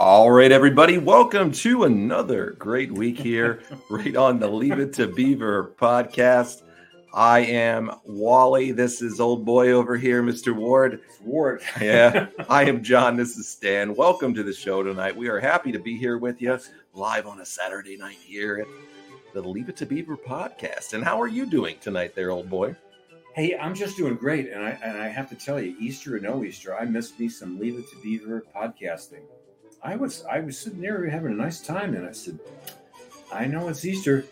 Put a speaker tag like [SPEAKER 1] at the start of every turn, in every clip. [SPEAKER 1] All right, everybody, welcome to another great week here, right on the Leave It to Beaver podcast. I am Wally. This is old boy over here, Mr. Ward. Ward. Yeah. I am John. This is Stan. Welcome to the show tonight. We are happy to be here with you live on a Saturday night here at the Leave It to Beaver podcast. And how are you doing tonight, there, old boy?
[SPEAKER 2] Hey, I'm just doing great, and I and I have to tell you, Easter or no Easter, I missed me some Leave It to Beaver podcasting. I was I was sitting there having a nice time, and I said, I know it's Easter,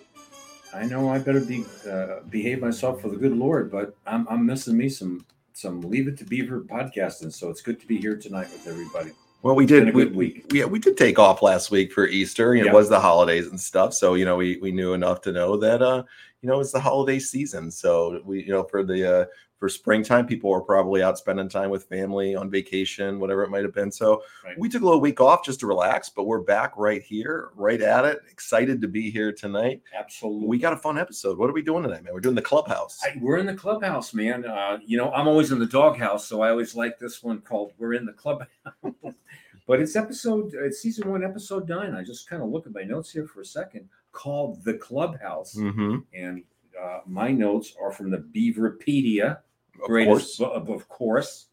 [SPEAKER 2] I know I better be uh, behave myself for the good Lord, but I'm, I'm missing me some some Leave It to Beaver podcasting, so it's good to be here tonight with everybody.
[SPEAKER 1] Well, we
[SPEAKER 2] It's
[SPEAKER 1] did.
[SPEAKER 2] been a
[SPEAKER 1] we,
[SPEAKER 2] good week.
[SPEAKER 1] Yeah, we did take off last week for Easter. and It
[SPEAKER 2] Yeah.
[SPEAKER 1] was the holidays and stuff, so you know we we knew enough to know that uh you know it's the holiday season. So we you know for the uh for springtime, people were probably out spending time with family on vacation, whatever it might have been. So
[SPEAKER 2] Right.
[SPEAKER 1] we took a little week off just to relax, but we're back right here, right at it. Excited to be here tonight.
[SPEAKER 2] Absolutely,
[SPEAKER 1] We got a fun episode. What are we doing tonight, man? We're doing the clubhouse.
[SPEAKER 2] I, we're in the clubhouse, man. Uh, you know, I'm always in the doghouse, so I always like this one called "We're in the Clubhouse." but it's episode, uh, it's season one, episode nine. I just kind of look at my notes here for a second. Called "The Clubhouse,"
[SPEAKER 1] mm-hmm.
[SPEAKER 2] and uh, my notes are from the Beaverpedia.
[SPEAKER 1] Of course.
[SPEAKER 2] Greatest, bu- of, of course,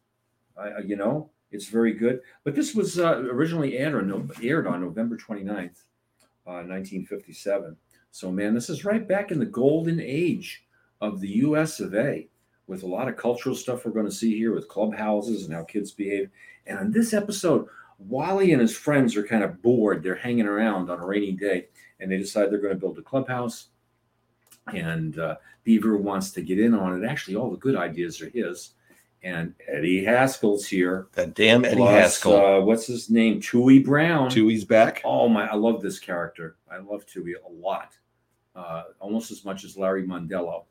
[SPEAKER 2] I- I- you know it's very good. But this was uh, originally aired on Nov- aired on November 29th, uh, 1957. So man, this is right back in the golden age of the U.S. of A. With a lot of cultural stuff we're going to see here with clubhouses and how kids behave. And on this episode, Wally and his friends are kind of bored. They're hanging around on a rainy day, and they decide they're going to build a clubhouse. And uh, Beaver wants to get in on it. Actually, all the good ideas are his. And Eddie Haskell's here.
[SPEAKER 1] That damn Eddie
[SPEAKER 2] plus,
[SPEAKER 1] Haskell.
[SPEAKER 2] Uh, what's his name? Chewy Brown.
[SPEAKER 1] Chewy's back.
[SPEAKER 2] Oh my! I love this character. I love Chewie a lot, uh, almost as much as Larry Mondello.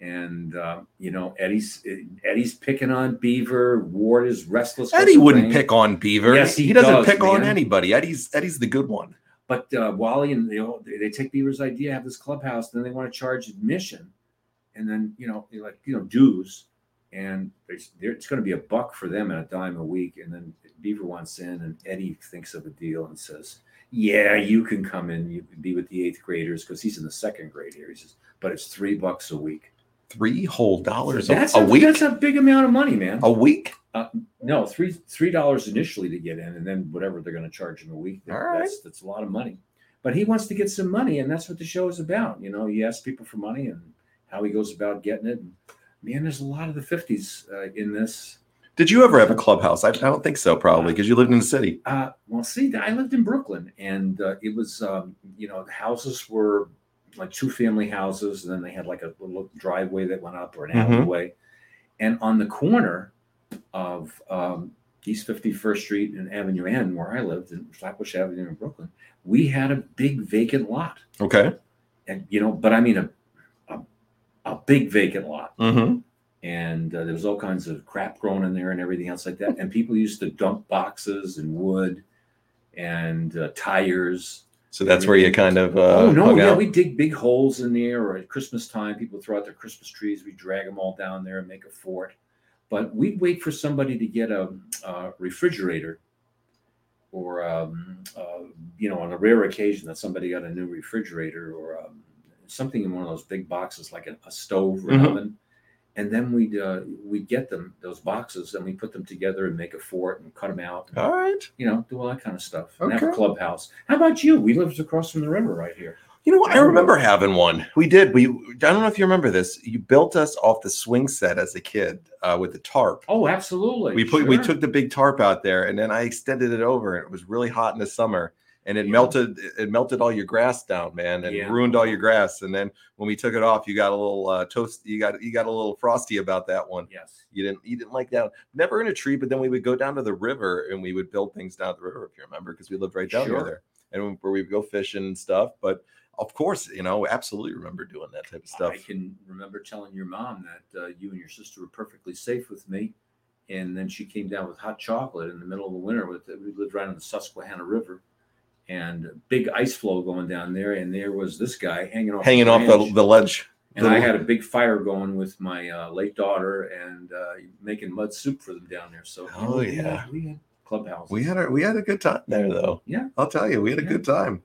[SPEAKER 2] And uh, you know, Eddie's Eddie's picking on Beaver. Ward is restless. with
[SPEAKER 1] Eddie
[SPEAKER 2] the
[SPEAKER 1] wouldn't
[SPEAKER 2] rain.
[SPEAKER 1] pick on Beaver.
[SPEAKER 2] Yes, he
[SPEAKER 1] doesn't
[SPEAKER 2] does,
[SPEAKER 1] pick on
[SPEAKER 2] man.
[SPEAKER 1] anybody. Eddie's Eddie's the good one.
[SPEAKER 2] But uh, Wally and they, all, they they take Beaver's idea, have this clubhouse, then they want to charge admission, and then you know, they're like you know, dues, and there's, there, it's going to be a buck for them and a dime a week. And then Beaver wants in, and Eddie thinks of a deal and says, "Yeah, you can come in, you can be with the eighth graders because he's in the second grade here." He says, "But it's three bucks a week.
[SPEAKER 1] Three whole dollars a,
[SPEAKER 2] That's
[SPEAKER 1] a week.
[SPEAKER 2] That's a big amount of money, man.
[SPEAKER 1] a week.
[SPEAKER 2] No, three three dollars initially to get in, and then whatever they're going to charge him a week. that-
[SPEAKER 1] All right.
[SPEAKER 2] that's that's a lot of money. But he wants to get some money, and that's what the show is about. You know, he asks people for money and how he goes about getting it. And, man, there's a lot of the fifties uh, in this.
[SPEAKER 1] Did you ever have a clubhouse? I, I don't think so, probably because you lived in the city.
[SPEAKER 2] Uh, well, see, I lived in Brooklyn, and uh, it was um, you know the houses were like two family houses, and then they had like a little driveway that went up or an
[SPEAKER 1] Mhm.
[SPEAKER 2] alleyway. And on the corner of um, East 51st Street and Avenue N, where I lived in Flatbush Avenue in Brooklyn, we had a big vacant lot.
[SPEAKER 1] Okay.
[SPEAKER 2] And, you know, but I mean a, a, a big vacant lot
[SPEAKER 1] Mm-hmm.
[SPEAKER 2] and uh, there was all kinds of crap growing in there and everything else like that. And people used to dump boxes and wood and uh, tires.
[SPEAKER 1] So that's where you kind of uh,
[SPEAKER 2] oh no,
[SPEAKER 1] hung
[SPEAKER 2] yeah,
[SPEAKER 1] out.
[SPEAKER 2] we dig big holes in there. Or at Christmas time, people throw out their Christmas trees. We drag them all down there and make a fort. But we'd wait for somebody to get a, uh refrigerator, or um, uh, you know, on a rare occasion that somebody got a new refrigerator or um, something in one of those big boxes, like a, a stove or an
[SPEAKER 1] Mhm.
[SPEAKER 2] oven. And then we'd uh, we'd get them those boxes and we put them together and make a fort and cut them out, and,
[SPEAKER 1] All right.
[SPEAKER 2] you know, do all that kind of stuff. And have a
[SPEAKER 1] Okay.
[SPEAKER 2] clubhouse. How about you? We lived across from the river right here.
[SPEAKER 1] You know what? I remember having one. We did. We. I don't know if you remember this. You built us off the swing set as a kid uh, with the tarp.
[SPEAKER 2] Oh, absolutely.
[SPEAKER 1] we put we
[SPEAKER 2] Sure.
[SPEAKER 1] took the big tarp out there, and then I extended it over, and it was really hot in the summer, and it
[SPEAKER 2] Yeah.
[SPEAKER 1] melted. It melted all your grass down, man, and
[SPEAKER 2] Yeah.
[SPEAKER 1] ruined all your grass. And then when we took it off, you got a little uh, toast. You got you got a little frosty about that one.
[SPEAKER 2] yes.
[SPEAKER 1] You didn't you didn't like that. Never in a tree, but then we would go down to the river and we would build things down at the river, if you remember, because we lived right down near
[SPEAKER 2] Sure.
[SPEAKER 1] there. And where we would go fishing and stuff. But of course, you know, absolutely remember doing that type of stuff.
[SPEAKER 2] I can remember telling your mom that uh, you and your sister were perfectly safe with me, and then she came down with hot chocolate in the middle of the winter. With we lived right on the Susquehanna River, and a big ice flow going down there, and there was this guy hanging off
[SPEAKER 1] Hanging
[SPEAKER 2] the
[SPEAKER 1] off the,
[SPEAKER 2] branch.
[SPEAKER 1] the ledge.
[SPEAKER 2] and
[SPEAKER 1] the-
[SPEAKER 2] I had a big fire going with my uh, late daughter, and uh, making mud soup for them down there. So you
[SPEAKER 1] Oh,
[SPEAKER 2] know, we had-
[SPEAKER 1] yeah.
[SPEAKER 2] we had clubhouses.
[SPEAKER 1] We had a we had a good time there though.
[SPEAKER 2] Yeah.
[SPEAKER 1] I'll tell you, we had a
[SPEAKER 2] Yeah.
[SPEAKER 1] good time.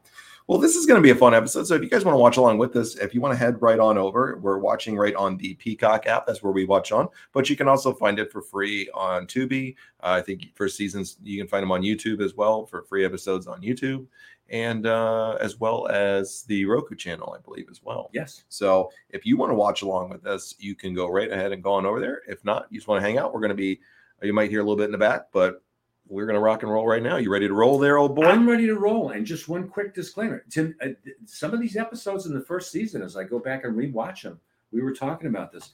[SPEAKER 1] Well, this is going to be a fun episode. So if you guys want to watch along with us, if you want to head right on over, we're watching right on the Peacock app. That's where we watch on. But you can also find it for free on Tubi. Uh, I think first seasons you can find them on YouTube as well for free episodes on YouTube, and uh, as well as the Roku channel, I believe, as well.
[SPEAKER 2] yes.
[SPEAKER 1] So if you want to watch along with us, you can go right ahead and go on over there. If not, you just want to hang out, we're going to be, you might hear a little bit in the back, but we're going to rock and roll right now. You ready to roll there, old boy?
[SPEAKER 2] I'm ready to roll. And just one quick disclaimer: Tim, uh, th- some of these episodes in the first season, as I go back and rewatch them, we were talking about this.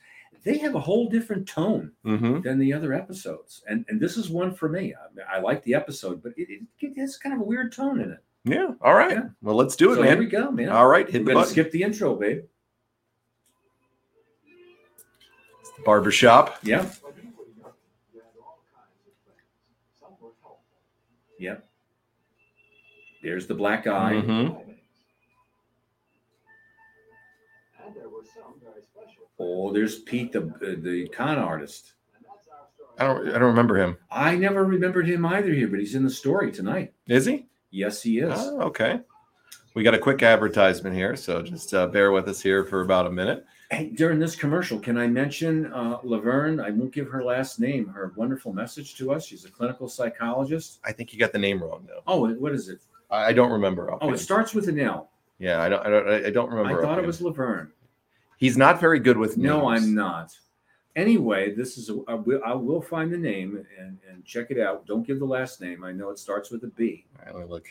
[SPEAKER 2] They have a whole different tone
[SPEAKER 1] mm-hmm.
[SPEAKER 2] than the other episodes, and and this is one for me. I, mean, I like the episode, but it, it, it has kind of a weird tone in it.
[SPEAKER 1] Yeah. All right.
[SPEAKER 2] Yeah.
[SPEAKER 1] Well, let's do it,
[SPEAKER 2] so here we
[SPEAKER 1] man.
[SPEAKER 2] go, man.
[SPEAKER 1] All right. Hit
[SPEAKER 2] We're
[SPEAKER 1] the
[SPEAKER 2] gonna
[SPEAKER 1] button.
[SPEAKER 2] skip the intro, babe.
[SPEAKER 1] Barber shop.
[SPEAKER 2] Yeah. Yep. There's the black eye.
[SPEAKER 1] Mhm.
[SPEAKER 2] Oh, there's Pete, the uh, the con artist.
[SPEAKER 1] I don't, I don't remember him.
[SPEAKER 2] I never remembered him either here, but he's in the story tonight.
[SPEAKER 1] Is he?
[SPEAKER 2] Yes, he is.
[SPEAKER 1] Oh, okay. We got a quick advertisement here. So just uh, bear with us here for about a minute.
[SPEAKER 2] Hey, during this commercial, can I mention uh, Laverne? I won't give her last name. Her wonderful message to us. She's a clinical psychologist.
[SPEAKER 1] I think you got the name wrong though.
[SPEAKER 2] Oh, and what is it?
[SPEAKER 1] I, I don't remember.
[SPEAKER 2] Oh,
[SPEAKER 1] offhand.
[SPEAKER 2] it starts with an L.
[SPEAKER 1] yeah. I don't, I don't, I don't
[SPEAKER 2] I
[SPEAKER 1] remember.
[SPEAKER 2] thought
[SPEAKER 1] offhand.
[SPEAKER 2] it was Laverne.
[SPEAKER 1] He's not very good with
[SPEAKER 2] No,
[SPEAKER 1] names.
[SPEAKER 2] I'm not. Anyway, this is a, I will- I will find the name and, and check it out. Don't give the last name. I know it starts with a B.
[SPEAKER 1] All right, let me look.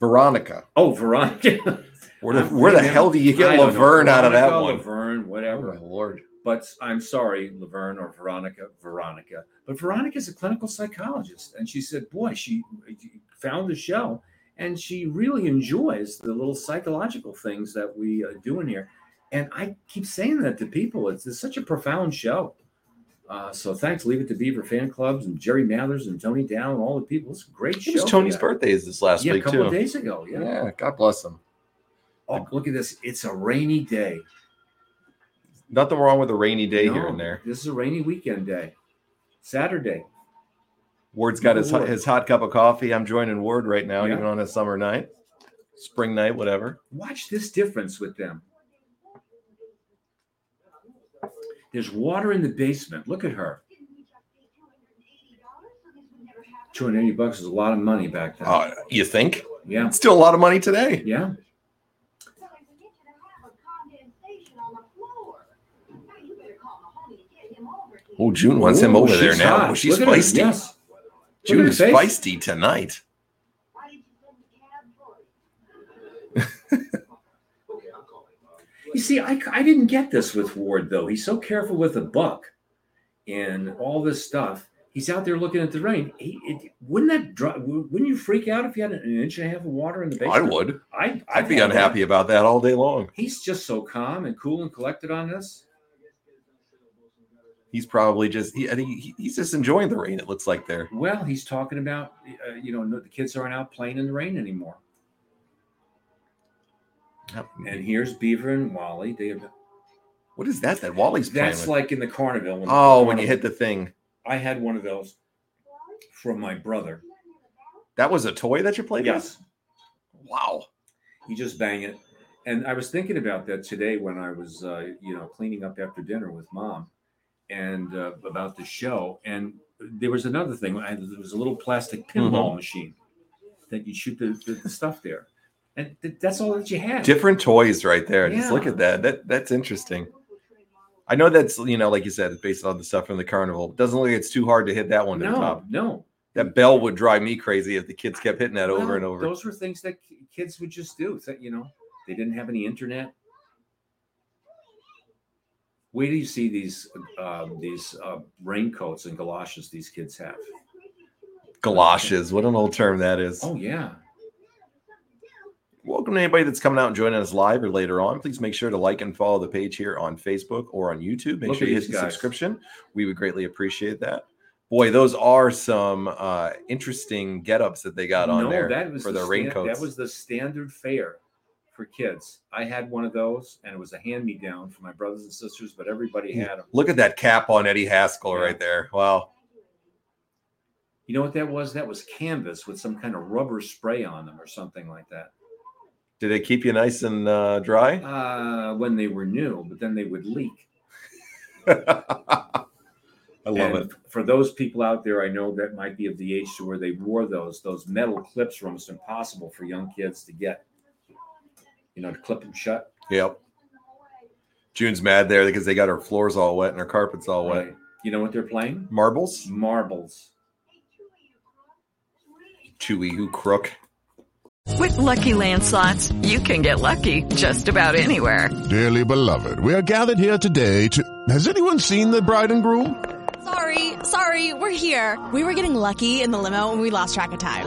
[SPEAKER 1] Veronica.
[SPEAKER 2] Oh, Veronica.
[SPEAKER 1] Where the,
[SPEAKER 2] I'm
[SPEAKER 1] where the
[SPEAKER 2] thinking-
[SPEAKER 1] hell do you
[SPEAKER 2] I
[SPEAKER 1] get
[SPEAKER 2] don't know.
[SPEAKER 1] Laverne out of that
[SPEAKER 2] Veronica,
[SPEAKER 1] one?
[SPEAKER 2] Laverne,
[SPEAKER 1] Oh
[SPEAKER 2] whatever.
[SPEAKER 1] my lord.
[SPEAKER 2] but I'm sorry, Laverne or Veronica, Veronica. But Veronica is a clinical psychologist, and she said, "Boy, she found the show, and she really enjoys the little psychological things that we uh, do in here." And I keep saying that to people. It's, it's such a profound show. Uh, so thanks, Leave It to Beaver fan clubs and Jerry Mathers and Tony Dow and all the people. It's a great show.
[SPEAKER 1] It was
[SPEAKER 2] for
[SPEAKER 1] Tony's
[SPEAKER 2] that.
[SPEAKER 1] birthday is this last
[SPEAKER 2] Yeah, a
[SPEAKER 1] week
[SPEAKER 2] couple
[SPEAKER 1] too.
[SPEAKER 2] of days ago. Yeah.
[SPEAKER 1] yeah, God bless him.
[SPEAKER 2] Oh, look at this. It's a rainy day.
[SPEAKER 1] Nothing wrong with a rainy day here
[SPEAKER 2] No,
[SPEAKER 1] and there.
[SPEAKER 2] This is a rainy weekend day. Saturday.
[SPEAKER 1] Ward's got his hot,
[SPEAKER 2] Ward.
[SPEAKER 1] his hot cup of coffee. I'm joining Ward right now,
[SPEAKER 2] Yeah.
[SPEAKER 1] even on a summer night, spring night, whatever.
[SPEAKER 2] Watch this difference with them. There's water in the basement. Look at her. Two hundred eighty bucks is a lot of money back then.
[SPEAKER 1] Uh, you think?
[SPEAKER 2] yeah,
[SPEAKER 1] It's still a lot of money today.
[SPEAKER 2] yeah.
[SPEAKER 1] Oh, June wants him
[SPEAKER 2] Ooh,
[SPEAKER 1] over there
[SPEAKER 2] she's
[SPEAKER 1] now.
[SPEAKER 2] hot.
[SPEAKER 1] Oh, she's
[SPEAKER 2] Look at her.
[SPEAKER 1] feisty.
[SPEAKER 2] Yes. Look at her
[SPEAKER 1] June's
[SPEAKER 2] face.
[SPEAKER 1] feisty tonight.
[SPEAKER 2] You see, I, I didn't get this with Ward though. He's so careful with the buck and all this stuff. He's out there looking at the rain. He, it, wouldn't that dri- wouldn't you freak out if you had an inch and a half of water in the
[SPEAKER 1] I
[SPEAKER 2] basement?
[SPEAKER 1] would.
[SPEAKER 2] I,
[SPEAKER 1] I'd be unhappy about that all day long.
[SPEAKER 2] He's just so calm and cool and collected on this.
[SPEAKER 1] He's probably just. He, I think he, he's just enjoying the rain. It looks like there.
[SPEAKER 2] Well, he's talking about uh, you know no- the kids aren't out playing in the rain anymore. And here's Beaver and Wally. They have,
[SPEAKER 1] What is that? That Wally's playing.
[SPEAKER 2] that's
[SPEAKER 1] with?
[SPEAKER 2] like in the Carnival. When
[SPEAKER 1] oh, when you hit the thing,
[SPEAKER 2] I had one of those from my brother.
[SPEAKER 1] that was a toy that you played. With? Wow.
[SPEAKER 2] you just bang it. And I was thinking about that today when I was, uh, you know, cleaning up after dinner with mom, and uh, about the show. And there was another thing. I, there was a little plastic pinball
[SPEAKER 1] Mm-hmm.
[SPEAKER 2] machine that you shoot the, the, the stuff there, and th- that's all that you had.
[SPEAKER 1] different toys right there. Just look
[SPEAKER 2] Yeah.
[SPEAKER 1] at that. That that's interesting. I know that's you know, like you said, it's based on the stuff from the carnival. Doesn't look like it's too hard to hit that one to the
[SPEAKER 2] no,
[SPEAKER 1] top.
[SPEAKER 2] no.
[SPEAKER 1] That bell would drive me crazy if the kids kept hitting that over
[SPEAKER 2] Well,
[SPEAKER 1] and over.
[SPEAKER 2] Those were things that ki- kids would just do. That you know, they didn't have any internet. Where do you see these uh, these uh, raincoats and galoshes these kids have?
[SPEAKER 1] Galoshes, what an old term that is.
[SPEAKER 2] Oh yeah,
[SPEAKER 1] Welcome to anybody that's coming out and joining us live or later on. Please make sure to like and follow the page here on Facebook or on YouTube. Make
[SPEAKER 2] Look
[SPEAKER 1] sure
[SPEAKER 2] at
[SPEAKER 1] you
[SPEAKER 2] these
[SPEAKER 1] hit the
[SPEAKER 2] guys.
[SPEAKER 1] subscription. We would greatly appreciate that. Boy, those are some uh, interesting get-ups that they got on
[SPEAKER 2] no,
[SPEAKER 1] there
[SPEAKER 2] that was
[SPEAKER 1] for
[SPEAKER 2] the
[SPEAKER 1] their
[SPEAKER 2] stan-
[SPEAKER 1] raincoats.
[SPEAKER 2] That was the standard fare for kids. I had one of those, and it was a hand me down for my brothers and sisters, but everybody had them.
[SPEAKER 1] Look at that cap on Eddie Haskell
[SPEAKER 2] Yeah.
[SPEAKER 1] right there. Wow.
[SPEAKER 2] You know what that was? That was canvas with some kind of rubber spray on them or something like that.
[SPEAKER 1] Did it keep you nice and uh, dry?
[SPEAKER 2] Uh, when they were new, but then they would leak.
[SPEAKER 1] I love
[SPEAKER 2] And
[SPEAKER 1] it.
[SPEAKER 2] For those people out there, I know that might be of the age to where they wore those. Those metal clips were almost impossible for young kids to get. You know, to clip them shut.
[SPEAKER 1] Yep. June's mad there because they got her floors all wet and her carpets all wet.
[SPEAKER 2] Right. You know what they're playing?
[SPEAKER 1] Marbles?
[SPEAKER 2] Marbles.
[SPEAKER 1] Chewy, who crook?
[SPEAKER 3] With Lucky Land slots, you can get lucky just about anywhere.
[SPEAKER 4] Dearly beloved, we are gathered here today to. Has anyone seen the bride and groom?
[SPEAKER 5] Sorry, sorry, we're here. We were getting lucky in the limo and we lost track of time.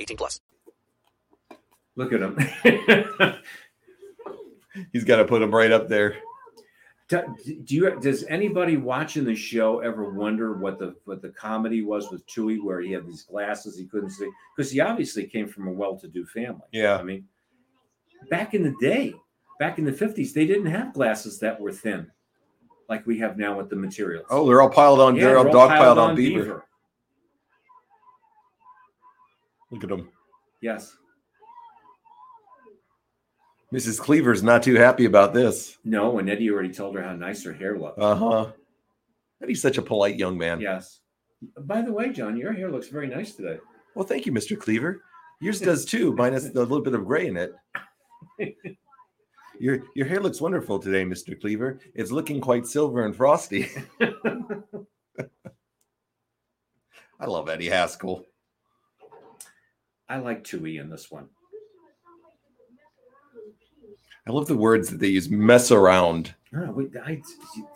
[SPEAKER 6] 18 plus.
[SPEAKER 2] Look at them.
[SPEAKER 1] He's got to put him right up there.
[SPEAKER 2] Do, do you does anybody watching the show ever wonder what the what the comedy was with Chewy, where he had these glasses he couldn't see because he obviously came from a well-to-do family.
[SPEAKER 1] Yeah.
[SPEAKER 2] I mean, back in the day, back in the fifties, they didn't have glasses that were thin, like we have now with the materials.
[SPEAKER 1] Oh, they're all piled on.
[SPEAKER 2] Yeah,
[SPEAKER 1] they're all
[SPEAKER 2] they're
[SPEAKER 1] dog
[SPEAKER 2] all
[SPEAKER 1] piled, on, Beaver.
[SPEAKER 2] Beaver.
[SPEAKER 1] Look at him.
[SPEAKER 2] Yes.
[SPEAKER 1] Mrs. Cleaver's not too happy about this.
[SPEAKER 2] No, and Eddie already told her how nice her hair looked.
[SPEAKER 1] Uh huh. Eddie's such a polite young man.
[SPEAKER 2] yes. By the way, John, your hair looks very nice today.
[SPEAKER 1] Well, thank you, Mr. Cleaver. Yours does too, minus the little bit of gray in it. Your your hair looks wonderful today, Mr. Cleaver. It's looking quite silver and frosty. I love Eddie Haskell.
[SPEAKER 2] I like Chewy in this one.
[SPEAKER 1] I love the words that they use mess around.
[SPEAKER 2] No, wait, I,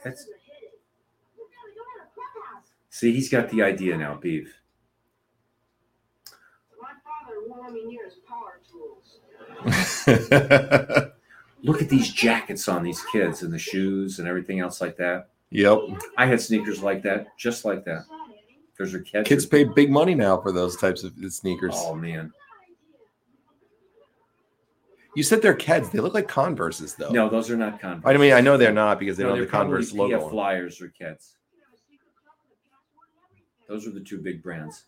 [SPEAKER 2] that's. See, he's got the idea now, Beef. Look at these jackets on these kids and the shoes and everything else like that.
[SPEAKER 1] yep.
[SPEAKER 2] I had sneakers like that, just like that. There's your catch.
[SPEAKER 1] Kids pay big money now for those types of sneakers.
[SPEAKER 2] Oh, man.
[SPEAKER 1] You said they're Keds. They look like Converses, though.
[SPEAKER 2] No, those are not Converse.
[SPEAKER 1] I mean, I know they're not because they
[SPEAKER 2] No,
[SPEAKER 1] don't have
[SPEAKER 2] they're
[SPEAKER 1] the
[SPEAKER 2] probably
[SPEAKER 1] Converse
[SPEAKER 2] PF
[SPEAKER 1] logo. on.
[SPEAKER 2] Flyers or Keds. Those are the two big brands.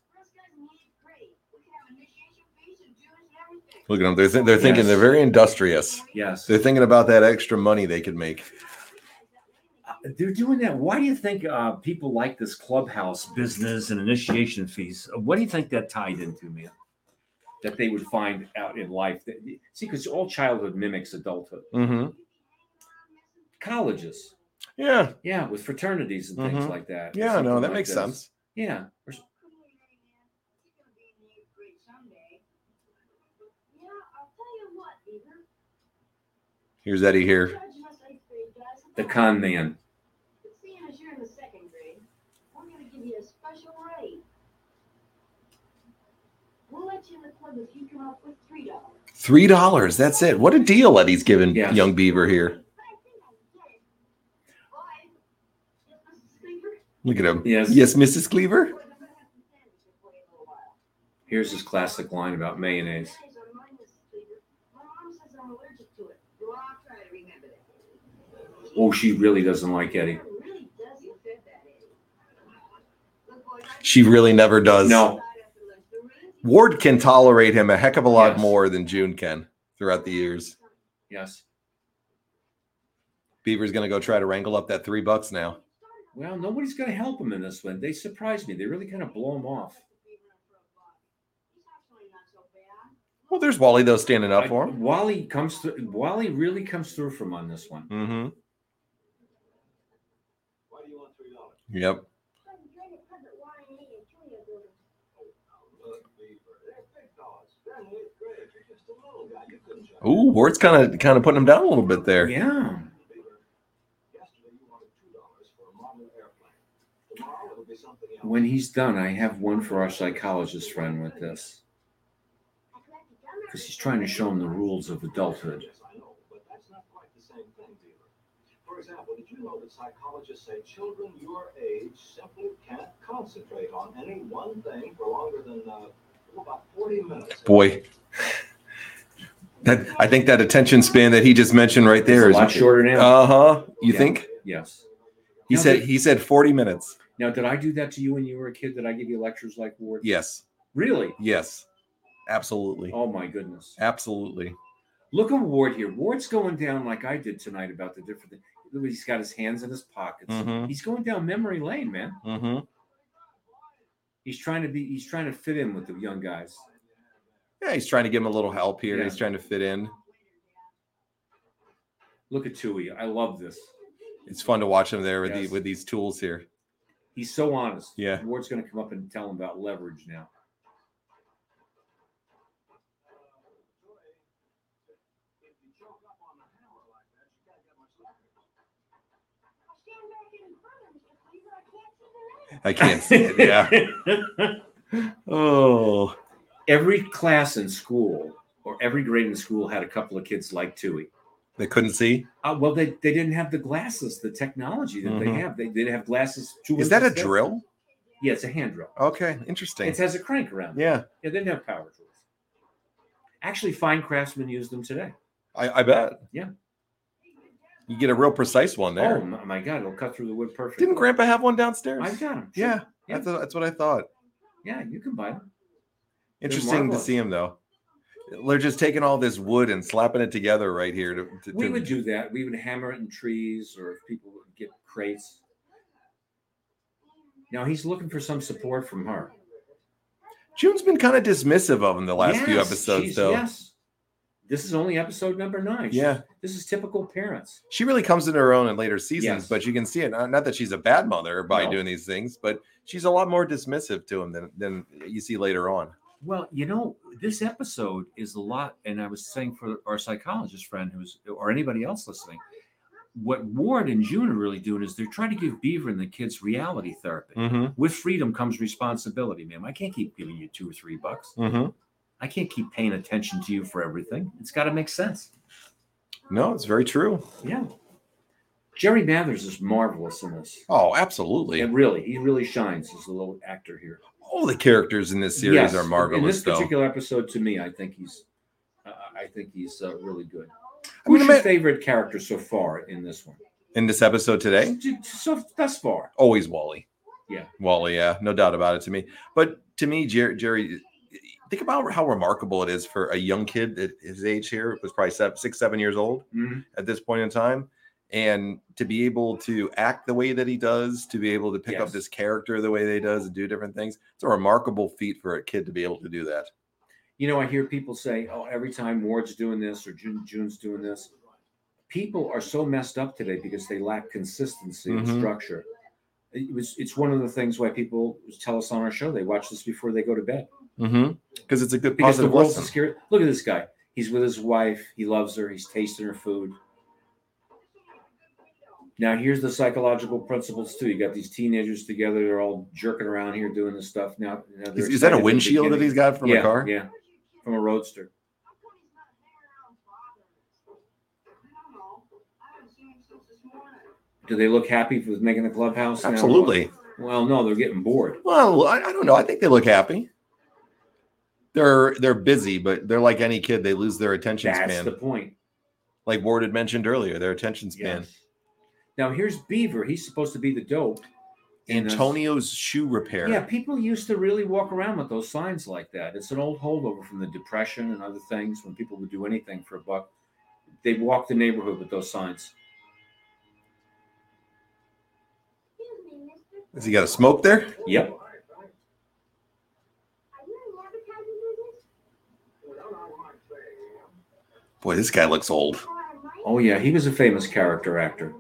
[SPEAKER 1] Look at them. They're, thi- they're thinking
[SPEAKER 2] Yes.
[SPEAKER 1] they're very industrious.
[SPEAKER 2] Yes.
[SPEAKER 1] They're thinking about that extra money they could make.
[SPEAKER 2] Uh, They're doing that. Why do you think uh, people like this clubhouse business and initiation fees? Uh, What do you think that tied into, man? That they would find out in life. That, see, because all childhood mimics adulthood.
[SPEAKER 1] Mm-hmm.
[SPEAKER 2] Colleges,
[SPEAKER 1] Yeah.
[SPEAKER 2] yeah, with fraternities and things
[SPEAKER 1] Mhm.
[SPEAKER 2] like that. or
[SPEAKER 1] Yeah. No,
[SPEAKER 2] something
[SPEAKER 1] that
[SPEAKER 2] like
[SPEAKER 1] makes
[SPEAKER 2] this.
[SPEAKER 1] sense.
[SPEAKER 2] Yeah. or s-
[SPEAKER 1] Here's Eddie here.
[SPEAKER 2] The con man.
[SPEAKER 7] Seeing as you're in the second grade, we're going to give you a special rate. We'll let you in the club if you come up with three dollars.
[SPEAKER 1] Three dollars. That's it. What a deal Eddie's giving
[SPEAKER 2] Yes.
[SPEAKER 1] young Beaver here. Look at him.
[SPEAKER 2] Yes.
[SPEAKER 1] Yes, Mrs. Cleaver.
[SPEAKER 2] Here's his classic line about mayonnaise. Oh, she really doesn't like Eddie.
[SPEAKER 1] She really never does.
[SPEAKER 2] No.
[SPEAKER 1] Ward can tolerate him a heck of a lot
[SPEAKER 2] Yes.
[SPEAKER 1] more than June can throughout the years.
[SPEAKER 2] Yes.
[SPEAKER 1] Beaver's gonna go try to wrangle up that three bucks now.
[SPEAKER 2] Well, nobody's going to help him in this one. They surprised me. They really kind of blow him off.
[SPEAKER 1] Well, there's Wally though standing up
[SPEAKER 2] I-
[SPEAKER 1] for him.
[SPEAKER 2] Wally comes through. Wally really comes through from on this one.
[SPEAKER 1] Mm-hmm. Yep. Ooh, Ward's kind of kind of putting him down a little bit there.
[SPEAKER 2] Yeah. When he's done, I have one for our psychologist friend with this because he's trying to show him the rules of adulthood.
[SPEAKER 8] For example, did you know that psychologists say children your age simply can't concentrate on any one thing for longer than uh, about 40 minutes?
[SPEAKER 1] Boy, that I think that attention span that he just mentioned right there
[SPEAKER 2] It's a
[SPEAKER 1] is
[SPEAKER 2] lot shorter now.
[SPEAKER 1] Uh huh. You
[SPEAKER 2] Yeah.
[SPEAKER 1] think
[SPEAKER 2] Yes.
[SPEAKER 1] he
[SPEAKER 2] Now,
[SPEAKER 1] said
[SPEAKER 2] did-
[SPEAKER 1] he said forty minutes?
[SPEAKER 2] Now, did I do that to you when you were a kid? Did I give you lectures like Ward?
[SPEAKER 1] Yes.
[SPEAKER 2] Really?
[SPEAKER 1] Yes. Absolutely.
[SPEAKER 2] Oh my goodness.
[SPEAKER 1] Absolutely.
[SPEAKER 2] Look at Ward here. Ward's going down like I did tonight about the different. Look, He's got his hands in his pockets.
[SPEAKER 1] Mhm.
[SPEAKER 2] He's going down memory lane, man.
[SPEAKER 1] Mm-hmm.
[SPEAKER 2] He's trying to be. He's trying to fit in with the young guys.
[SPEAKER 1] Yeah, he's trying to give him a little help here.
[SPEAKER 2] Yeah.
[SPEAKER 1] He's trying to fit in.
[SPEAKER 2] Look at Tui. I love this.
[SPEAKER 1] It's fun to watch him there with
[SPEAKER 2] Yes.
[SPEAKER 1] the, with these tools here.
[SPEAKER 2] He's so honest.
[SPEAKER 1] Yeah.
[SPEAKER 2] Ward's going to come up and tell him about leverage now.
[SPEAKER 1] I can't see it. Yeah. oh.
[SPEAKER 2] Every class in school or every grade in school had a couple of kids like Tui.
[SPEAKER 1] They couldn't see.
[SPEAKER 2] Uh, well, they, they didn't have the glasses, the technology that they
[SPEAKER 1] Mhm.
[SPEAKER 2] have. They didn't have glasses. to
[SPEAKER 1] Is that a
[SPEAKER 2] assist them.
[SPEAKER 1] drill?
[SPEAKER 2] Yeah, it's a hand drill.
[SPEAKER 1] Okay. Interesting.
[SPEAKER 2] It has a crank around. it.
[SPEAKER 1] Yeah.
[SPEAKER 2] Yeah, they didn't have power tools. Actually, fine craftsmen use them today.
[SPEAKER 1] I, I bet.
[SPEAKER 2] Yeah.
[SPEAKER 1] You get a real precise one there.
[SPEAKER 2] Oh my, my God, it'll cut through the wood perfectly.
[SPEAKER 1] Didn't Grandpa have one downstairs?
[SPEAKER 2] I've got them.
[SPEAKER 1] Yeah,
[SPEAKER 2] Yeah.
[SPEAKER 1] That's, that's what I thought.
[SPEAKER 2] yeah, you can buy them.
[SPEAKER 1] Interesting to
[SPEAKER 2] marvelous.
[SPEAKER 1] see him though. They're just taking all this wood and slapping it together right here. To, to,
[SPEAKER 2] We
[SPEAKER 1] to-
[SPEAKER 2] would do that. We would hammer it in trees, or if people would get crates. Now he's looking for some support from her.
[SPEAKER 1] June's been kind of dismissive of him the last few
[SPEAKER 2] Yes,
[SPEAKER 1] episodes,
[SPEAKER 2] she's-
[SPEAKER 1] though.
[SPEAKER 2] Yes, this is only episode number nine. She's-
[SPEAKER 1] Yeah.
[SPEAKER 2] this is typical parents.
[SPEAKER 1] She really comes into her own in later seasons,
[SPEAKER 2] Yes.
[SPEAKER 1] but you can see it. Not not that she's a bad mother by
[SPEAKER 2] No.
[SPEAKER 1] doing these things, but she's a lot more dismissive to him than than you see later on.
[SPEAKER 2] Well, you know, this episode is a lot, and I was saying for our psychologist friend who's or anybody else listening, what Ward and June are really doing is they're trying to give Beaver and the kids reality therapy.
[SPEAKER 1] Mm-hmm.
[SPEAKER 2] With freedom comes responsibility, ma'am. I can't keep giving you two or three bucks.
[SPEAKER 1] Mm-hmm.
[SPEAKER 2] I can't keep paying attention to you for everything. It's got to make sense.
[SPEAKER 1] No, it's very true.
[SPEAKER 2] Yeah. Jerry Mathers is marvelous in this.
[SPEAKER 1] Oh, absolutely.
[SPEAKER 2] And really, he really shines as a little actor here.
[SPEAKER 1] all the characters in this series
[SPEAKER 2] Yes,
[SPEAKER 1] are
[SPEAKER 2] In this
[SPEAKER 1] marvelous, though.
[SPEAKER 2] particular episode, to me, I think he's. I I I think he's uh, really good.
[SPEAKER 1] I mean,
[SPEAKER 2] Who's
[SPEAKER 1] I
[SPEAKER 2] your
[SPEAKER 1] mean-
[SPEAKER 2] favorite character so far in this one?
[SPEAKER 1] in this episode today.
[SPEAKER 2] J- So thus far,
[SPEAKER 1] Always Wally.
[SPEAKER 2] Yeah.
[SPEAKER 1] Wally. Yeah, no doubt about it. To me, but to me, Jerry, Jerry think about how remarkable it is for a young kid at his age here was probably seven, six, seven years old
[SPEAKER 2] Mhm.
[SPEAKER 1] at this point in time, and to be able to act the way that he does, to be able to pick up
[SPEAKER 2] Yes.
[SPEAKER 1] this character the way that he does, and do different things. It's a remarkable feat for a kid to be able to do that.
[SPEAKER 2] you know, I hear people say, "Oh, every time Ward's doing this or June, June's doing this." People are so messed up today because they lack consistency
[SPEAKER 1] Mhm.
[SPEAKER 2] and structure. It was, it's one of the things why people tell us on our show they watch this before they go to bed.
[SPEAKER 1] Because it's a good
[SPEAKER 2] Mm-hmm. Because the
[SPEAKER 1] positive
[SPEAKER 2] world's
[SPEAKER 1] lesson.
[SPEAKER 2] a scary. Look at this guy. He's with his wife. He loves her. He's tasting her food. Now here's the psychological principles too. You got these teenagers together. They're all jerking around here doing this stuff. Now, now
[SPEAKER 1] Is, is that a windshield that he's got from
[SPEAKER 2] yeah,
[SPEAKER 1] a car?
[SPEAKER 2] Yeah, from a roadster. Do they look happy with making the clubhouse? now?
[SPEAKER 1] Absolutely.
[SPEAKER 2] Well, no, they're getting bored.
[SPEAKER 1] Well, I, I don't know. I think they look happy. They're they're busy, but they're like any kid. They lose their attention
[SPEAKER 2] That's
[SPEAKER 1] span.
[SPEAKER 2] the point.
[SPEAKER 1] like Ward had mentioned earlier, their attention span.
[SPEAKER 2] Yes. Now here's Beaver. He's supposed to be the dope. in this.
[SPEAKER 1] Antonio's shoe repair.
[SPEAKER 2] Yeah, people used to really walk around with those signs like that. It's an old holdover from the Depression and other things when people would do anything for a buck. They walk the neighborhood with those signs.
[SPEAKER 1] Has he got a smoke there?
[SPEAKER 2] Yep.
[SPEAKER 1] Boy, this guy looks old.
[SPEAKER 2] Oh yeah, he was a famous character actor.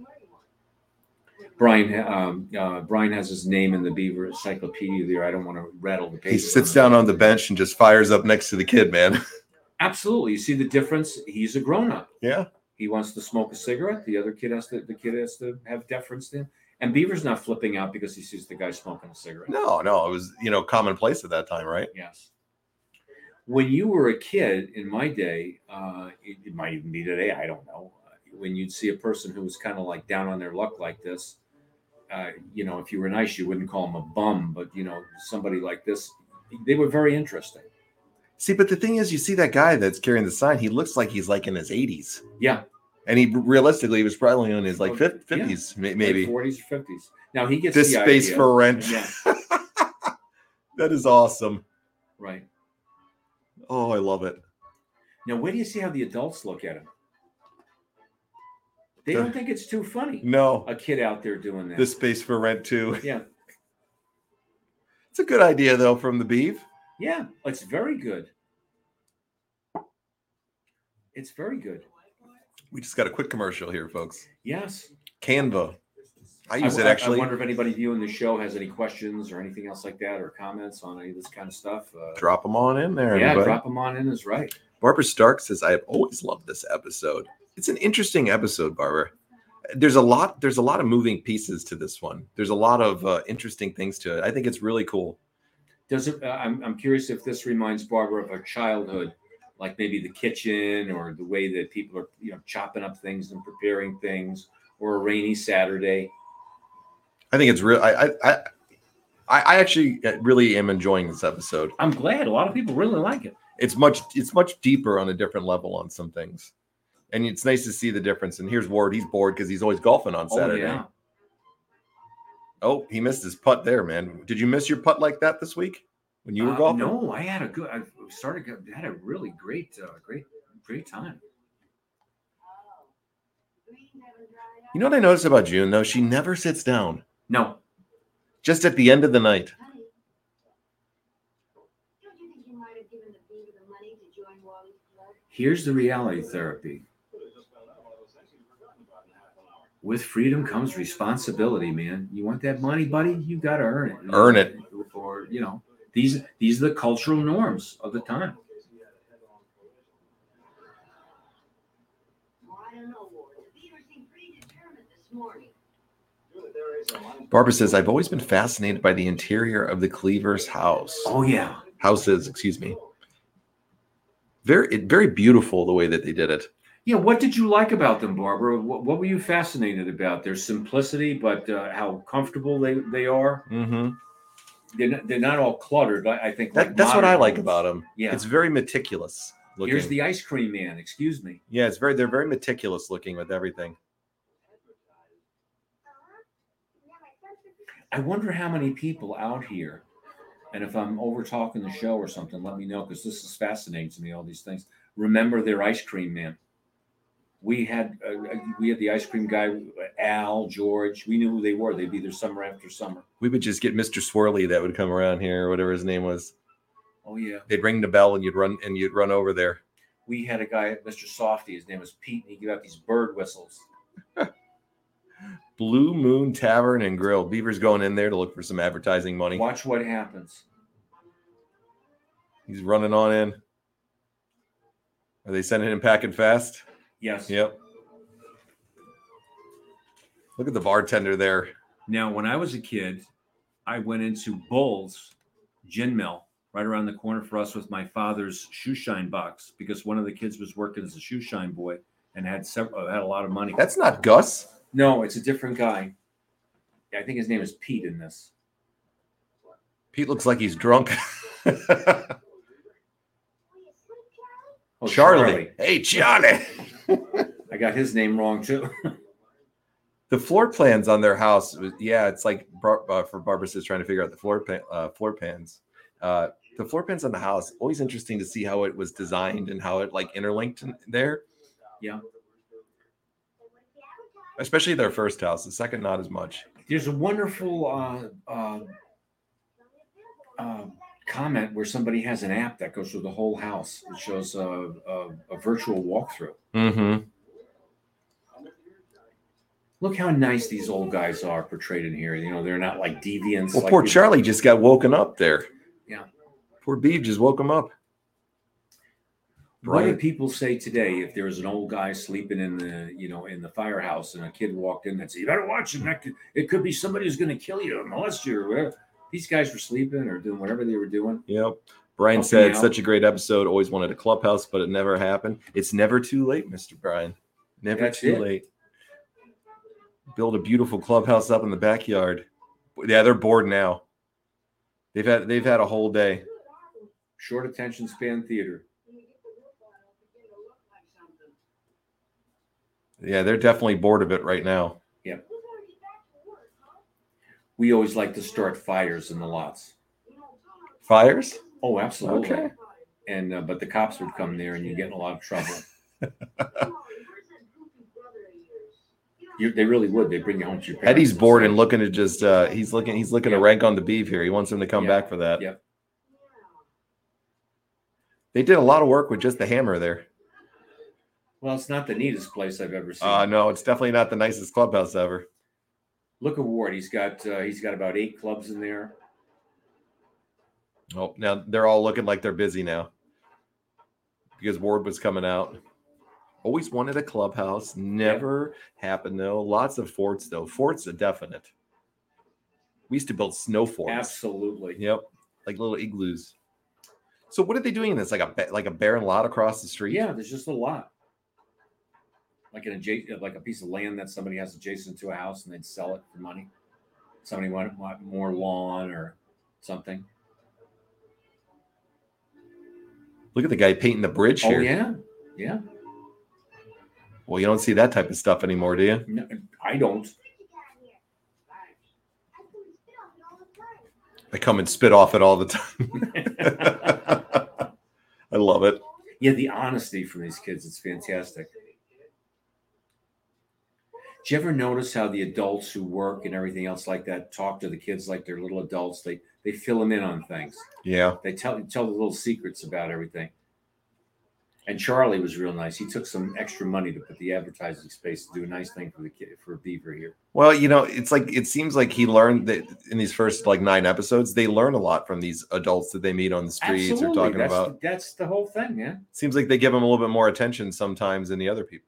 [SPEAKER 2] Brian um, uh, Brian has his name in the Beaver Encyclopedia there. I don't want to rattle the
[SPEAKER 1] He
[SPEAKER 2] pages.
[SPEAKER 1] sits
[SPEAKER 2] on it.
[SPEAKER 1] down on the bench and just fires up next to the kid, man.
[SPEAKER 2] Absolutely, you see the difference. He's a grown up.
[SPEAKER 1] Yeah.
[SPEAKER 2] He wants to smoke a cigarette. The other kid has to. The kid has to have deference to him. And Beaver's not flipping out because he sees the guy smoking a cigarette.
[SPEAKER 1] No, no, it was you know commonplace at that time, right?
[SPEAKER 2] Yes. When you were a kid in my day, uh, it, it might even be today, I don't know. uh, When you'd see a person who was kind of like down on their luck like this, uh, you know, if you were nice, you wouldn't call them a bum, but you know, somebody like this, they were very interesting.
[SPEAKER 1] See, but the thing is, you see that guy that's carrying the sign. He looks like he's like in his 80s,
[SPEAKER 2] Yeah,
[SPEAKER 1] and he realistically was probably in his like
[SPEAKER 2] Oh,
[SPEAKER 1] fif-
[SPEAKER 2] yeah.
[SPEAKER 1] 50s, ma-
[SPEAKER 2] like
[SPEAKER 1] maybe.
[SPEAKER 2] 40s or 50s. Now he gets
[SPEAKER 1] This
[SPEAKER 2] the
[SPEAKER 1] space
[SPEAKER 2] idea.
[SPEAKER 1] for rent.
[SPEAKER 2] Yeah,
[SPEAKER 1] That is awesome.
[SPEAKER 2] right.
[SPEAKER 1] Oh, I love it.
[SPEAKER 2] Now, where do you see how the adults look at him? They don't think it's too funny.
[SPEAKER 1] No,
[SPEAKER 2] A kid out there doing that.
[SPEAKER 1] this space for rent too.
[SPEAKER 2] yeah.
[SPEAKER 1] It's a good idea though from the beef.
[SPEAKER 2] Yeah, it's very good. It's very good.
[SPEAKER 1] We just got a quick commercial here, folks.
[SPEAKER 2] Yes.
[SPEAKER 1] Canva. I use
[SPEAKER 2] I-
[SPEAKER 1] it
[SPEAKER 2] I-
[SPEAKER 1] actually.
[SPEAKER 2] I wonder if anybody viewing the show has any questions or anything else like that or comments on any of this kind of stuff. Uh,
[SPEAKER 1] Drop them on in there,
[SPEAKER 2] yeah,
[SPEAKER 1] everybody.
[SPEAKER 2] drop them on in is right.
[SPEAKER 1] Barbara Stark says, "I have always loved this episode. It's an interesting episode, Barbara. There's a lot. There's a lot of moving pieces to this one. There's a lot of uh, interesting things to it. I think it's really cool.
[SPEAKER 2] Does it? Uh, I'm, I'm curious if this reminds Barbara of her childhood, like maybe the kitchen or the way that people are, you know, chopping up things and preparing things, or a rainy Saturday.
[SPEAKER 1] I think it's real. I, I, I, I I actually uh, really am enjoying this episode.
[SPEAKER 2] I'm glad a lot of people really like it.
[SPEAKER 1] It's much. It's much deeper on a different level on some things, and it's nice to see the difference. And here's Ward. He's bored because he's always golfing on Saturday.
[SPEAKER 2] Oh yeah.
[SPEAKER 1] Oh, he missed his putt there, man. Did you miss your putt like that this week when you were
[SPEAKER 2] Uh,
[SPEAKER 1] golfing?
[SPEAKER 2] No, I had a good. I started. got- Had a really great, uh, great, great time.
[SPEAKER 1] You know what I noticed about June though? She never sits down.
[SPEAKER 2] No,
[SPEAKER 1] Just at the end of the night.
[SPEAKER 2] here's the reality therapy. With freedom comes responsibility, man. You want that money, buddy? You got to earn it.
[SPEAKER 1] Earn it.
[SPEAKER 2] Or you know, these these are the cultural norms of the time.
[SPEAKER 1] Barbara says, "I've always been fascinated by the interior of the Cleaver's house.
[SPEAKER 2] Oh yeah,
[SPEAKER 1] Houses, excuse me. Very, it, very beautiful the way that they did it.
[SPEAKER 2] yeah. What did you like about them, Barbara? What, what were you fascinated about? Their simplicity, but uh, how comfortable they they are.
[SPEAKER 1] Mm-hmm.
[SPEAKER 2] They're not, they're not all cluttered. I, I think
[SPEAKER 1] That,
[SPEAKER 2] like
[SPEAKER 1] that's what I
[SPEAKER 2] modern
[SPEAKER 1] like
[SPEAKER 2] homes.
[SPEAKER 1] about them.
[SPEAKER 2] Yeah.
[SPEAKER 1] It's very meticulous. looking.
[SPEAKER 2] Here's the ice cream man. Excuse me.
[SPEAKER 1] yeah, it's very they're very meticulous looking with everything.
[SPEAKER 2] I wonder how many people out here, and if I'm over talking the show or something, let me know because this is fascinating to me. All these things. Remember their ice cream man. We had uh, uh, we had the ice cream guy Al George. We knew who they were. They'd be there summer after summer.
[SPEAKER 1] We would just get Mr. Swirly that would come around here or whatever his name was.
[SPEAKER 2] Oh yeah.
[SPEAKER 1] They'd ring the bell and you'd run and you'd run over there.
[SPEAKER 2] We had a guy, Mr. Softy. His name was Pete, and he gave out these bird whistles.
[SPEAKER 1] Blue Moon Tavern and Grill. Beaver's going in there to look for some advertising money.
[SPEAKER 2] Watch what happens.
[SPEAKER 1] He's running on in. Are they sending him packing fast?
[SPEAKER 2] Yes.
[SPEAKER 1] Yep. Look at the bartender there.
[SPEAKER 2] Now, when I was a kid, I went into Bull's gin mill right around the corner for us with my father's shoe shine box because one of the kids was working as a shoe shine boy and had several, had a lot of money.
[SPEAKER 1] That's not Gus.
[SPEAKER 2] no, it's a different guy. I think his name is Pete in this.
[SPEAKER 1] Pete looks like he's drunk.
[SPEAKER 2] Oh,
[SPEAKER 1] Charlie. Hey, Charlie.
[SPEAKER 2] I got his name wrong too.
[SPEAKER 1] The floor plans on their house. was- Yeah, it's like Bar- uh, for Barbara's just trying to figure out the floor plan, uh, floor plans. Uh, the floor plans on the house always interesting to see how it was designed and how it like interlinked in there.
[SPEAKER 2] yeah.
[SPEAKER 1] Especially their first house. The second, not as much.
[SPEAKER 2] There's a wonderful uh, uh, uh, comment where somebody has an app that goes through the whole house. It shows a, a, a virtual walkthrough.
[SPEAKER 1] Mm-hmm.
[SPEAKER 2] Look how nice these old guys are portrayed in here. You know, they're not like deviants.
[SPEAKER 1] Well,
[SPEAKER 2] like
[SPEAKER 1] poor
[SPEAKER 2] we-
[SPEAKER 1] Charlie just got woken up there.
[SPEAKER 2] Yeah.
[SPEAKER 1] Poor Beeve just woke him up.
[SPEAKER 2] What do
[SPEAKER 1] Right.
[SPEAKER 2] people say today if there was an old guy sleeping in the, you know, in the firehouse and a kid walked in and said, "You better watch him. That could, it could be somebody who's going to kill you or molest you or whatever." These guys were sleeping or doing whatever they were doing.
[SPEAKER 1] Yep. Brian
[SPEAKER 2] Help me
[SPEAKER 1] said,
[SPEAKER 2] out.
[SPEAKER 1] such a great episode. Always wanted a clubhouse, but it never happened. It's never too late, Mr. Brian. Never
[SPEAKER 2] That's
[SPEAKER 1] too
[SPEAKER 2] it.
[SPEAKER 1] late. Build a beautiful clubhouse up in the backyard. Yeah, they're bored now. They've had they've had a whole day.
[SPEAKER 2] Short attention span theater.
[SPEAKER 1] Yeah, they're definitely bored of it right now.
[SPEAKER 2] We always like to start fires in the lots.
[SPEAKER 1] Fires?
[SPEAKER 2] Oh, absolutely.
[SPEAKER 1] Okay.
[SPEAKER 2] And uh, but the cops would come there and you get in a lot of trouble. You, they really would. They bring you home to your parents.
[SPEAKER 1] Eddie's bored and looking to just uh he's looking he's looking to rank on the beef here. He wants him to come
[SPEAKER 2] Yeah.
[SPEAKER 1] back for that.
[SPEAKER 2] Yeah.
[SPEAKER 1] They did a lot of work with just the hammer there.
[SPEAKER 2] Well, it's not the neatest place I've ever seen.
[SPEAKER 1] Uh no, it's definitely not the nicest clubhouse ever.
[SPEAKER 2] Look at Ward. He's got uh, he's got about eight clubs in there.
[SPEAKER 1] Oh, now they're all looking like they're busy now because Ward was coming out. Always wanted a clubhouse, never happened though. Lots of forts though. Forts a definite. We used to build snow forts.
[SPEAKER 2] Absolutely.
[SPEAKER 1] Yep, like little igloos. So what are they doing in this? Like a ba- like a barren lot across the street?
[SPEAKER 2] Yeah, there's just a lot. Like an adjacent, like a piece of land that somebody has adjacent to a house, and they'd sell it for money. Somebody wanted want more lawn or something.
[SPEAKER 1] Look at the guy painting the bridge
[SPEAKER 2] Oh
[SPEAKER 1] here.
[SPEAKER 2] yeah, yeah.
[SPEAKER 1] Well, you don't see that type of stuff anymore, do you?
[SPEAKER 2] No, I don't.
[SPEAKER 1] I come and spit off it all the time. I love it.
[SPEAKER 2] Yeah, the honesty from these kids, it's fantastic. Do you ever notice how the adults who work and everything else like that talk to the kids like they're little adults? They they fill them in on things.
[SPEAKER 1] Yeah.
[SPEAKER 2] They tell tell the little secrets about everything. And Charlie was real nice. He took some extra money to put the advertising space to do a nice thing for the kid for Beaver here.
[SPEAKER 1] Well, you know, it's like it seems like he learned that in these first like nine episodes, they learn a lot from these adults that they meet on the streets or talking
[SPEAKER 2] that's,
[SPEAKER 1] about.
[SPEAKER 2] that's the whole thing, man.
[SPEAKER 1] Seems like they give him a little bit more attention sometimes than the other people.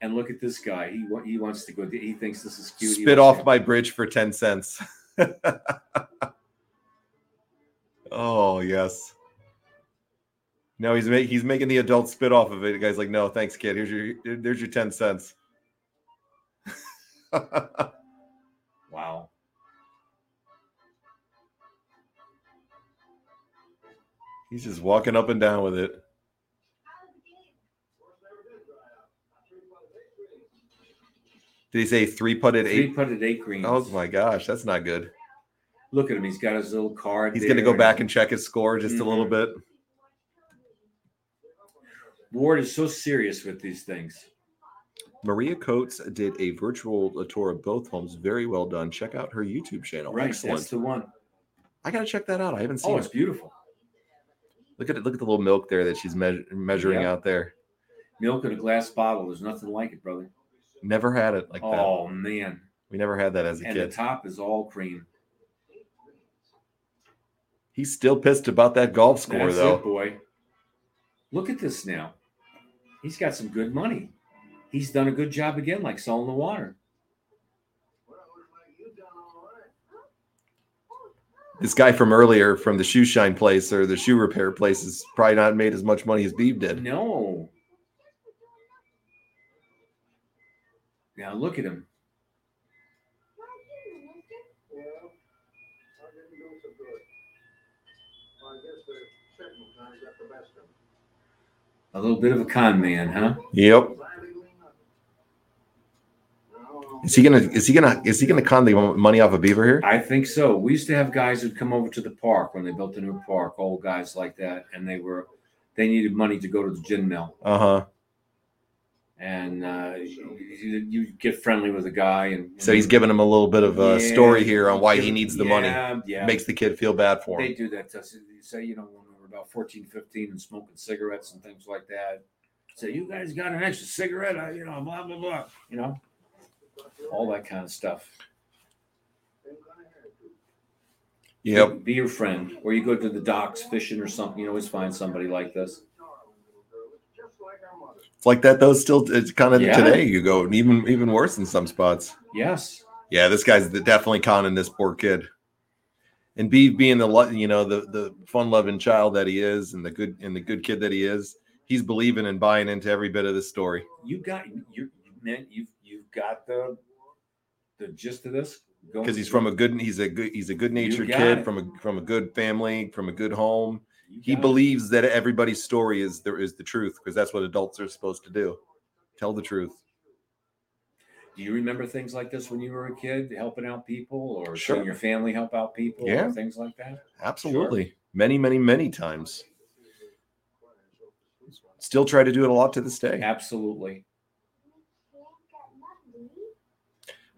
[SPEAKER 2] And look at this guy. He wa- he wants to go. He thinks this is cute. He
[SPEAKER 1] Spit off
[SPEAKER 2] wants to-
[SPEAKER 1] my bridge for ten cents. oh yes. No, he's making he's making the adult spit off of it. The guy's like, no, thanks, kid. Here's your here- there's your ten cents.
[SPEAKER 2] Wow.
[SPEAKER 1] He's just walking up and down with it. Did he say three putted
[SPEAKER 2] Three
[SPEAKER 1] eight?
[SPEAKER 2] putted eight greens.
[SPEAKER 1] Oh my gosh, that's not good.
[SPEAKER 2] Look at him. He's got his little card.
[SPEAKER 1] He's
[SPEAKER 2] there.
[SPEAKER 1] going to go back and check his score just a little
[SPEAKER 2] Mhm.
[SPEAKER 1] bit.
[SPEAKER 2] Ward is so serious with these things.
[SPEAKER 1] Maria Coates did a virtual tour of both homes. Very well done. Check out her YouTube channel.
[SPEAKER 2] Right. That's
[SPEAKER 1] Excellent.
[SPEAKER 2] the one.
[SPEAKER 1] I got to check that out. I haven't seen
[SPEAKER 2] Oh,
[SPEAKER 1] it.
[SPEAKER 2] it's beautiful.
[SPEAKER 1] Look at it. Look at the little milk there that she's meas- measuring
[SPEAKER 2] Yeah.
[SPEAKER 1] out there.
[SPEAKER 2] Milk in a glass bottle. There's nothing like it, brother.
[SPEAKER 1] Never had it like that.
[SPEAKER 2] oh man.
[SPEAKER 1] We never had that as a
[SPEAKER 2] And the
[SPEAKER 1] kid.
[SPEAKER 2] top is all cream.
[SPEAKER 1] He's still pissed about that golf score,
[SPEAKER 2] That's
[SPEAKER 1] though.
[SPEAKER 2] it, boy. Look at this now. He's got some good money. He's done a good job again, like salt in the water.
[SPEAKER 1] This guy from earlier, from the shoe shine place or the shoe repair place, has probably not made as much money as Beeb did.
[SPEAKER 2] No. Now look at him. A little bit of a con man, huh?
[SPEAKER 1] Yep. Is he gonna? Is he gonna? Is he gonna con the money off of Beaver here?
[SPEAKER 2] I think so. We used to have guys who'd come over to the park when they built the new park, old guys like that, and they were they needed money to go to the gin mill.
[SPEAKER 1] Uh huh.
[SPEAKER 2] And uh, you, you get friendly with a guy, and
[SPEAKER 1] So he's giving him a little bit of a
[SPEAKER 2] Yeah.
[SPEAKER 1] story here on why he
[SPEAKER 2] Give-
[SPEAKER 1] needs the money.
[SPEAKER 2] yeah, Yeah,
[SPEAKER 1] Makes the kid feel bad for
[SPEAKER 2] they
[SPEAKER 1] him.
[SPEAKER 2] do that to us. You Say, you know, when we were about 14, 15 and smoking cigarettes and things like that. Say, you guys got an extra cigarette, I, you know, blah, blah, blah, you know, all that kind of stuff.
[SPEAKER 1] Yep.
[SPEAKER 2] Be your friend. Or you go to the docks fishing or something, you always find somebody like this.
[SPEAKER 1] It's like that though. Still, it's kind of
[SPEAKER 2] Yeah.
[SPEAKER 1] today. You go even even worse in some spots.
[SPEAKER 2] Yes.
[SPEAKER 1] Yeah, this guy's definitely conning this poor kid. And Beeve being the lo- you know the the fun loving child that he is, and the good and the good kid that he is, he's believing and buying into every bit of this story.
[SPEAKER 2] You got, you, man, you've, you've got the, the gist of this. Go-
[SPEAKER 1] because he's from a good he's a good he's a good natured
[SPEAKER 2] got
[SPEAKER 1] kid
[SPEAKER 2] it.
[SPEAKER 1] from a from a good family from a good home
[SPEAKER 2] you
[SPEAKER 1] he
[SPEAKER 2] got it.
[SPEAKER 1] believes that everybody's story is there is the truth because that's what adults are supposed to do tell the truth
[SPEAKER 2] Do you remember things like this when you were a kid, helping out people or
[SPEAKER 1] Sure.
[SPEAKER 2] seeing your family help out people
[SPEAKER 1] Yeah.
[SPEAKER 2] or things like that?
[SPEAKER 1] absolutely many many many times still try to do it a lot to this day
[SPEAKER 2] Absolutely.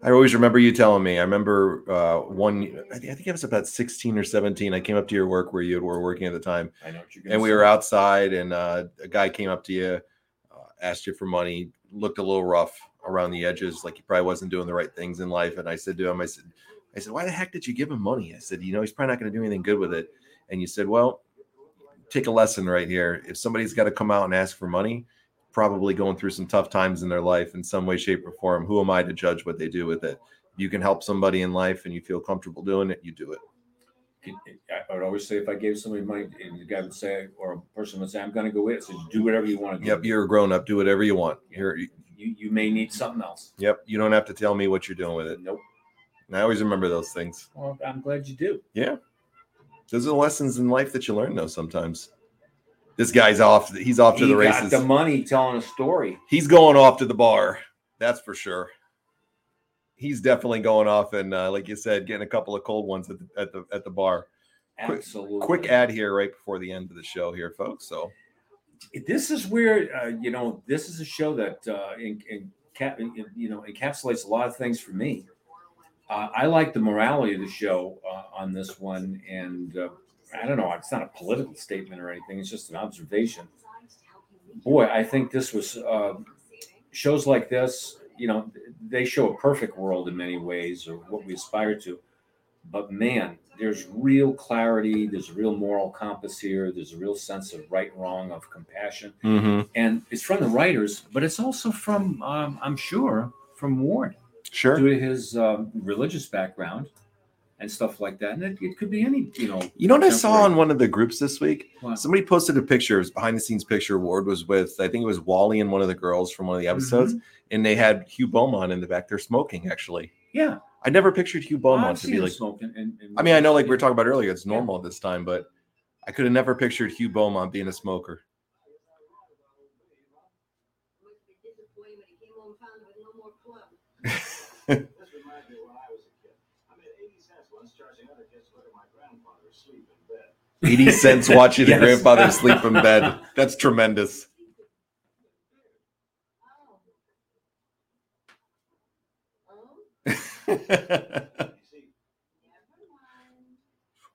[SPEAKER 1] i always remember you telling me i remember uh one i thi- I think i was about 16 or 17 i came up to your work where you were working at the time
[SPEAKER 2] I know what you're going
[SPEAKER 1] and we were outside and uh, a guy came up to you uh, asked you for money looked a little rough around the edges like he probably wasn't doing the right things in life and i said to him i said i said why the heck did you give him money i said you know he's probably not going to do anything good with it and you said well take a lesson right here if somebody's got to come out and ask for money probably going through some tough times in their life in some way shape or form who am i to judge what they do with it you can help somebody in life and you feel comfortable doing it you do it
[SPEAKER 2] I would always say if I gave somebody money and the guy would say, or a person would say, I'm going to go in, says, do whatever you want to do.
[SPEAKER 1] yep you're a grown up do whatever you want You're-
[SPEAKER 2] You, you may need something else.
[SPEAKER 1] Yep. You don't have to tell me what you're doing with it.
[SPEAKER 2] Nope.
[SPEAKER 1] And I always remember those things.
[SPEAKER 2] Well, I'm glad you do.
[SPEAKER 1] Those are the lessons in life that you learn, though, sometimes. This guy's off. He's off to
[SPEAKER 2] he
[SPEAKER 1] the
[SPEAKER 2] got
[SPEAKER 1] races.
[SPEAKER 2] the money telling a story.
[SPEAKER 1] he's going off to the bar. That's for sure. He's definitely going off and, uh, like you said, getting a couple of cold ones at the, at the at the bar. Quick-
[SPEAKER 2] Absolutely.
[SPEAKER 1] Quick ad here right before the end of the show here, folks. So
[SPEAKER 2] This is where, uh, you know, this is a show that, uh, in, in, cap, in, in- you know, encapsulates a lot of things for me. Uh, I like the morality of the show uh, on this one. And uh, I don't know, it's not a political statement or anything, it's just an observation. boy, I think this was uh, shows like this. You know, they show a perfect world in many ways, or what we aspire to. But man, there's real clarity. There's a real moral compass here. There's a real sense of right, and wrong, of compassion, and it's from the writers, but it's also from, um, I'm sure, from Ward
[SPEAKER 1] sure.
[SPEAKER 2] due to his um, religious background and stuff like that. And it, it could be any, you know.
[SPEAKER 1] You know what I saw on
[SPEAKER 2] contemporary-
[SPEAKER 1] one of the groups this week?
[SPEAKER 2] What?
[SPEAKER 1] Somebody posted a picture. It was behind the scenes picture. Ward was with, I think it was Wally and one of the girls from one of the
[SPEAKER 2] Mm-hmm.
[SPEAKER 1] episodes, and they had Hugh Beaumont in the back there smoking. Actually,
[SPEAKER 2] Mm-hmm. yeah,
[SPEAKER 1] I never pictured Hugh Beaumont
[SPEAKER 2] I've
[SPEAKER 1] to
[SPEAKER 2] seen
[SPEAKER 1] be
[SPEAKER 2] him
[SPEAKER 1] like.
[SPEAKER 2] smoking. And, and-
[SPEAKER 1] I mean, I know like we were talking about earlier, it's normal at this time, but I could have never pictured Hugh Beaumont being a smoker.
[SPEAKER 8] This reminds me of when I was a kid. I made 80 cents once charging other kids to look at my grandfather asleep in bed.
[SPEAKER 1] 80 cents watching your
[SPEAKER 2] Yes.
[SPEAKER 1] grandfather sleep in bed. That's tremendous.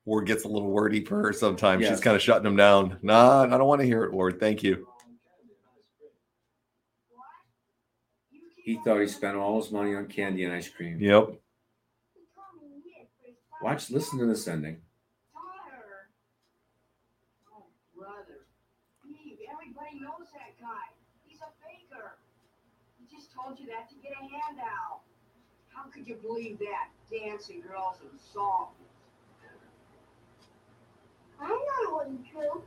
[SPEAKER 1] Ward gets a little wordy for her sometimes. She's
[SPEAKER 2] Yes.
[SPEAKER 1] kind of shutting him down. Nah, I don't want to hear it, Ward. Thank you.
[SPEAKER 2] He thought he spent all his money on candy and ice cream.
[SPEAKER 1] Yep.
[SPEAKER 2] Watch, listen to this ending.
[SPEAKER 7] daughter. Oh, brother. Steve, everybody knows that guy. He's a faker. He just told you that to get a handout. How could you believe that? Dancing girls and songs. I know it wasn't true.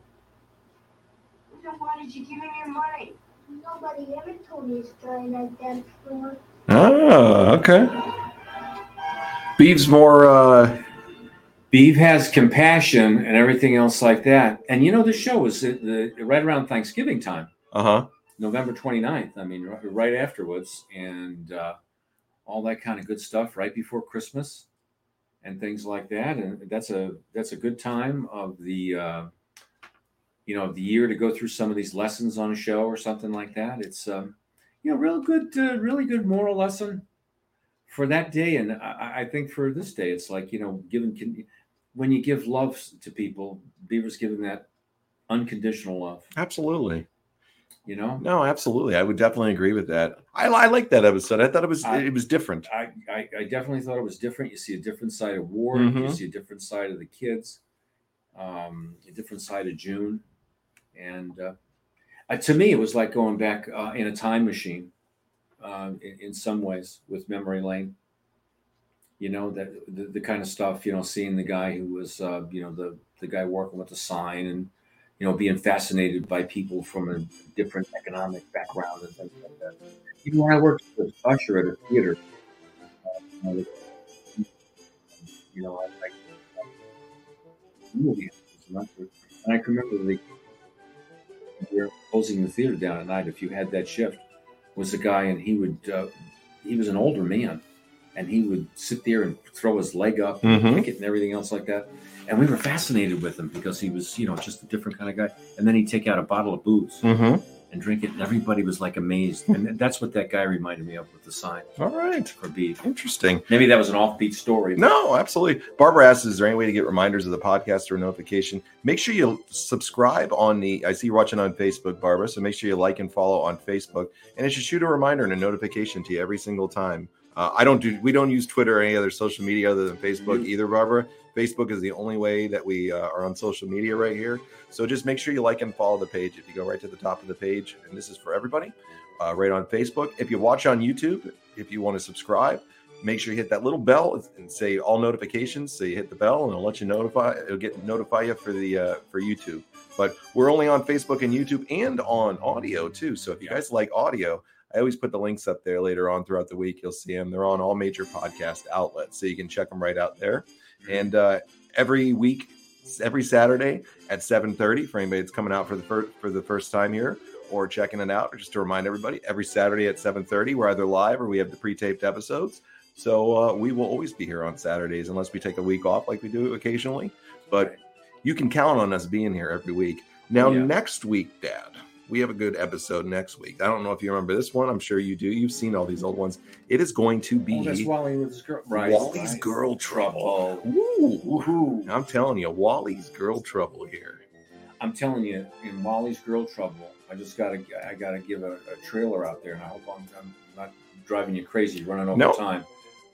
[SPEAKER 7] Then why did you give him your money? Nobody ever told me a story like that before.
[SPEAKER 1] Oh, okay. Beeves more uh
[SPEAKER 2] Beeve has compassion and everything else like that. And you know, this show was uh, the, the, right around Thanksgiving time.
[SPEAKER 1] uh-huh.
[SPEAKER 2] November 29th. I mean, r- right afterwards, and uh, all that kind of good stuff right before Christmas and things like that. And that's a that's a good time of the uh, you know of the year to go through some of these lessons on a show or something like that. It's um, you know real good, uh, really good moral lesson for that day. And I- I, I think for this day, it's like you know, giving con- when you give love to people, Beaver's giving that unconditional love.
[SPEAKER 1] Absolutely.
[SPEAKER 2] You know,
[SPEAKER 1] No, absolutely. I would definitely agree with that. I, I like that episode. I thought it was
[SPEAKER 2] I-
[SPEAKER 1] it was different.
[SPEAKER 2] I, I, I definitely thought it was different. You see a different side of Ward. You
[SPEAKER 1] Mhm.
[SPEAKER 2] see a different side of the kids. Um, a different side of June, and uh, uh, to me, it was like going back uh, in a time machine, uh, in, in some ways, with memory lane. You know that the, the kind of stuff. You know, seeing the guy who was, uh, you know, the the guy working with the sign, and you know, being fascinated by people from a different economic background and things like that. Even when I worked as an usher at a theater, you know, I, I, movie and I can remember the we were closing the theater down at night. If you had that shift, was a guy and he would uh, he was an older man, and he would sit there and throw his leg up,
[SPEAKER 1] Mhm.
[SPEAKER 2] and kick it, and everything else like that. And we were fascinated with him because he was, you know, just a different kind of guy. And then he'd take out a bottle of booze
[SPEAKER 1] Mm-hmm.
[SPEAKER 2] and drink it, and everybody was like amazed. And that's what that guy reminded me of with the sign
[SPEAKER 1] All right.
[SPEAKER 2] for beef.
[SPEAKER 1] Interesting.
[SPEAKER 2] Maybe that was an offbeat story.
[SPEAKER 1] No, absolutely. Barbara asks, is there any way to get reminders of the podcast or notification? Make sure you subscribe on the I see you're watching on Facebook, Barbara. So make sure you like and follow on Facebook. And it should shoot a reminder and a notification to you every single time. Uh, I don't do we don't use Twitter or any other social media other than Facebook either, Barbara. Facebook is the only way that we uh, are on social media right here. So just make sure you like and follow the page. If you go right to the top of the page, and this is for everybody, uh, right on Facebook. If you watch on YouTube, if you want to subscribe, make sure you hit that little bell and say all notifications. So you hit the bell, and it'll let you notify. It'll get notify you for the uh, for YouTube. But we're only on Facebook and YouTube, and on audio too. So if you guys like audio. I always put the links up there later on throughout the week. You'll see them. They're on all major podcast outlets, so you can check them right out there. And uh, every week, every Saturday, at 7:30 for anybody that's coming out for the first for the first time here or checking it out. Or just to remind everybody, every Saturday at 7:30 we're either live or we have the pre-taped episodes. So uh, we will always be here on Saturdays unless we take a week off like we do occasionally. But you can count on us being here every week. Now
[SPEAKER 2] Yeah.
[SPEAKER 1] next week, Dad, we have a good episode next week. I don't know if you remember this one. I'm sure you do. You've seen all these old ones. It is going to be
[SPEAKER 2] Oh, that's Wally with his girl. Right.
[SPEAKER 1] Wally's
[SPEAKER 2] right.
[SPEAKER 1] Girl Trouble.
[SPEAKER 2] Oh,
[SPEAKER 1] Woo!
[SPEAKER 2] woohoo.
[SPEAKER 1] I'm telling you, Wally's Girl Trouble here.
[SPEAKER 2] I'm telling you, in Wally's Girl Trouble, I just gotta, I gotta give a, a trailer out there, and I hope I'm, I'm not driving you crazy, running over
[SPEAKER 1] No.
[SPEAKER 2] time.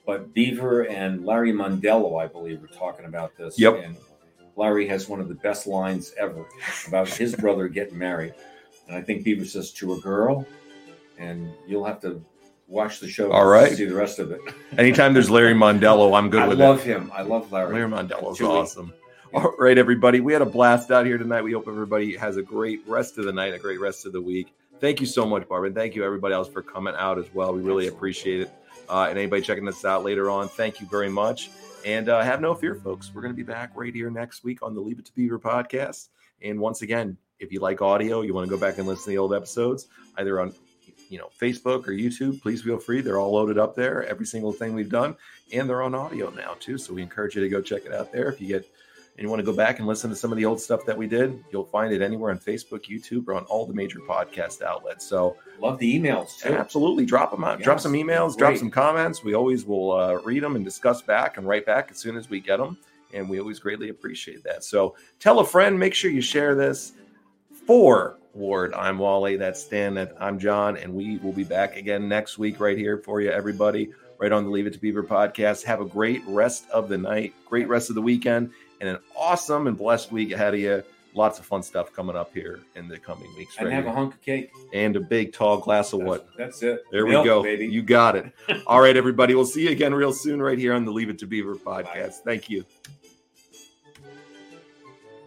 [SPEAKER 2] But Beaver and Larry Mondello, I believe, were talking about this.
[SPEAKER 1] Yep.
[SPEAKER 2] And Larry has one of the best lines ever about his brother getting married, and I think Beaver says to a girl, and you'll have to watch the show.
[SPEAKER 1] All right.
[SPEAKER 2] to see the rest of it.
[SPEAKER 1] Anytime there's Larry Mondello, I'm good
[SPEAKER 2] I
[SPEAKER 1] with
[SPEAKER 2] love
[SPEAKER 1] it.
[SPEAKER 2] him. I love Larry.
[SPEAKER 1] Larry Mondello's
[SPEAKER 2] Chewy.
[SPEAKER 1] awesome. All right, everybody. We had a blast out here tonight. We hope everybody has a great rest of the night, a great rest of the week. Thank you so much, Barbara. And thank you, everybody else, for coming out as well. We really
[SPEAKER 2] Absolutely.
[SPEAKER 1] appreciate it. Uh, and anybody checking this out later on, thank you very much. And uh, have no fear, folks. We're going to be back right here next week on the Leave It to Beaver podcast. And once again, if you like audio, you want to go back and listen to the old episodes, either on you know Facebook or YouTube, please feel free. They're all loaded up there. Every single thing we've done, and they're on audio now too. So we encourage you to go check it out there. If you get and you want to go back and listen to some of the old stuff that we did, you'll find it anywhere on Facebook, YouTube, or on all the major podcast outlets. So
[SPEAKER 2] Love the emails. too.
[SPEAKER 1] and absolutely drop them out.
[SPEAKER 2] Yes.
[SPEAKER 1] Drop some emails, drop
[SPEAKER 2] Great.
[SPEAKER 1] some comments. We always will uh, read them and discuss back and write back as soon as we get them. And we always greatly appreciate that. So tell a friend, make sure you share this for Ward. I'm Wally. That's Dan. That I'm John. And we will be back again next week right here for you, everybody, right on the Leave It to Beaver podcast. Have a great rest of the night, great rest of the weekend, and an awesome and blessed week ahead of you. Lots of fun stuff coming up here in the coming weeks.
[SPEAKER 2] And
[SPEAKER 1] right
[SPEAKER 2] have a
[SPEAKER 1] here.
[SPEAKER 2] hunk of cake.
[SPEAKER 1] and a big tall glass of what?
[SPEAKER 2] That's it.
[SPEAKER 1] There
[SPEAKER 2] Milk,
[SPEAKER 1] we go.
[SPEAKER 2] Baby.
[SPEAKER 1] You got it. All right, everybody. We'll see you again real soon right here on the Leave It to Beaver podcast. Thank you.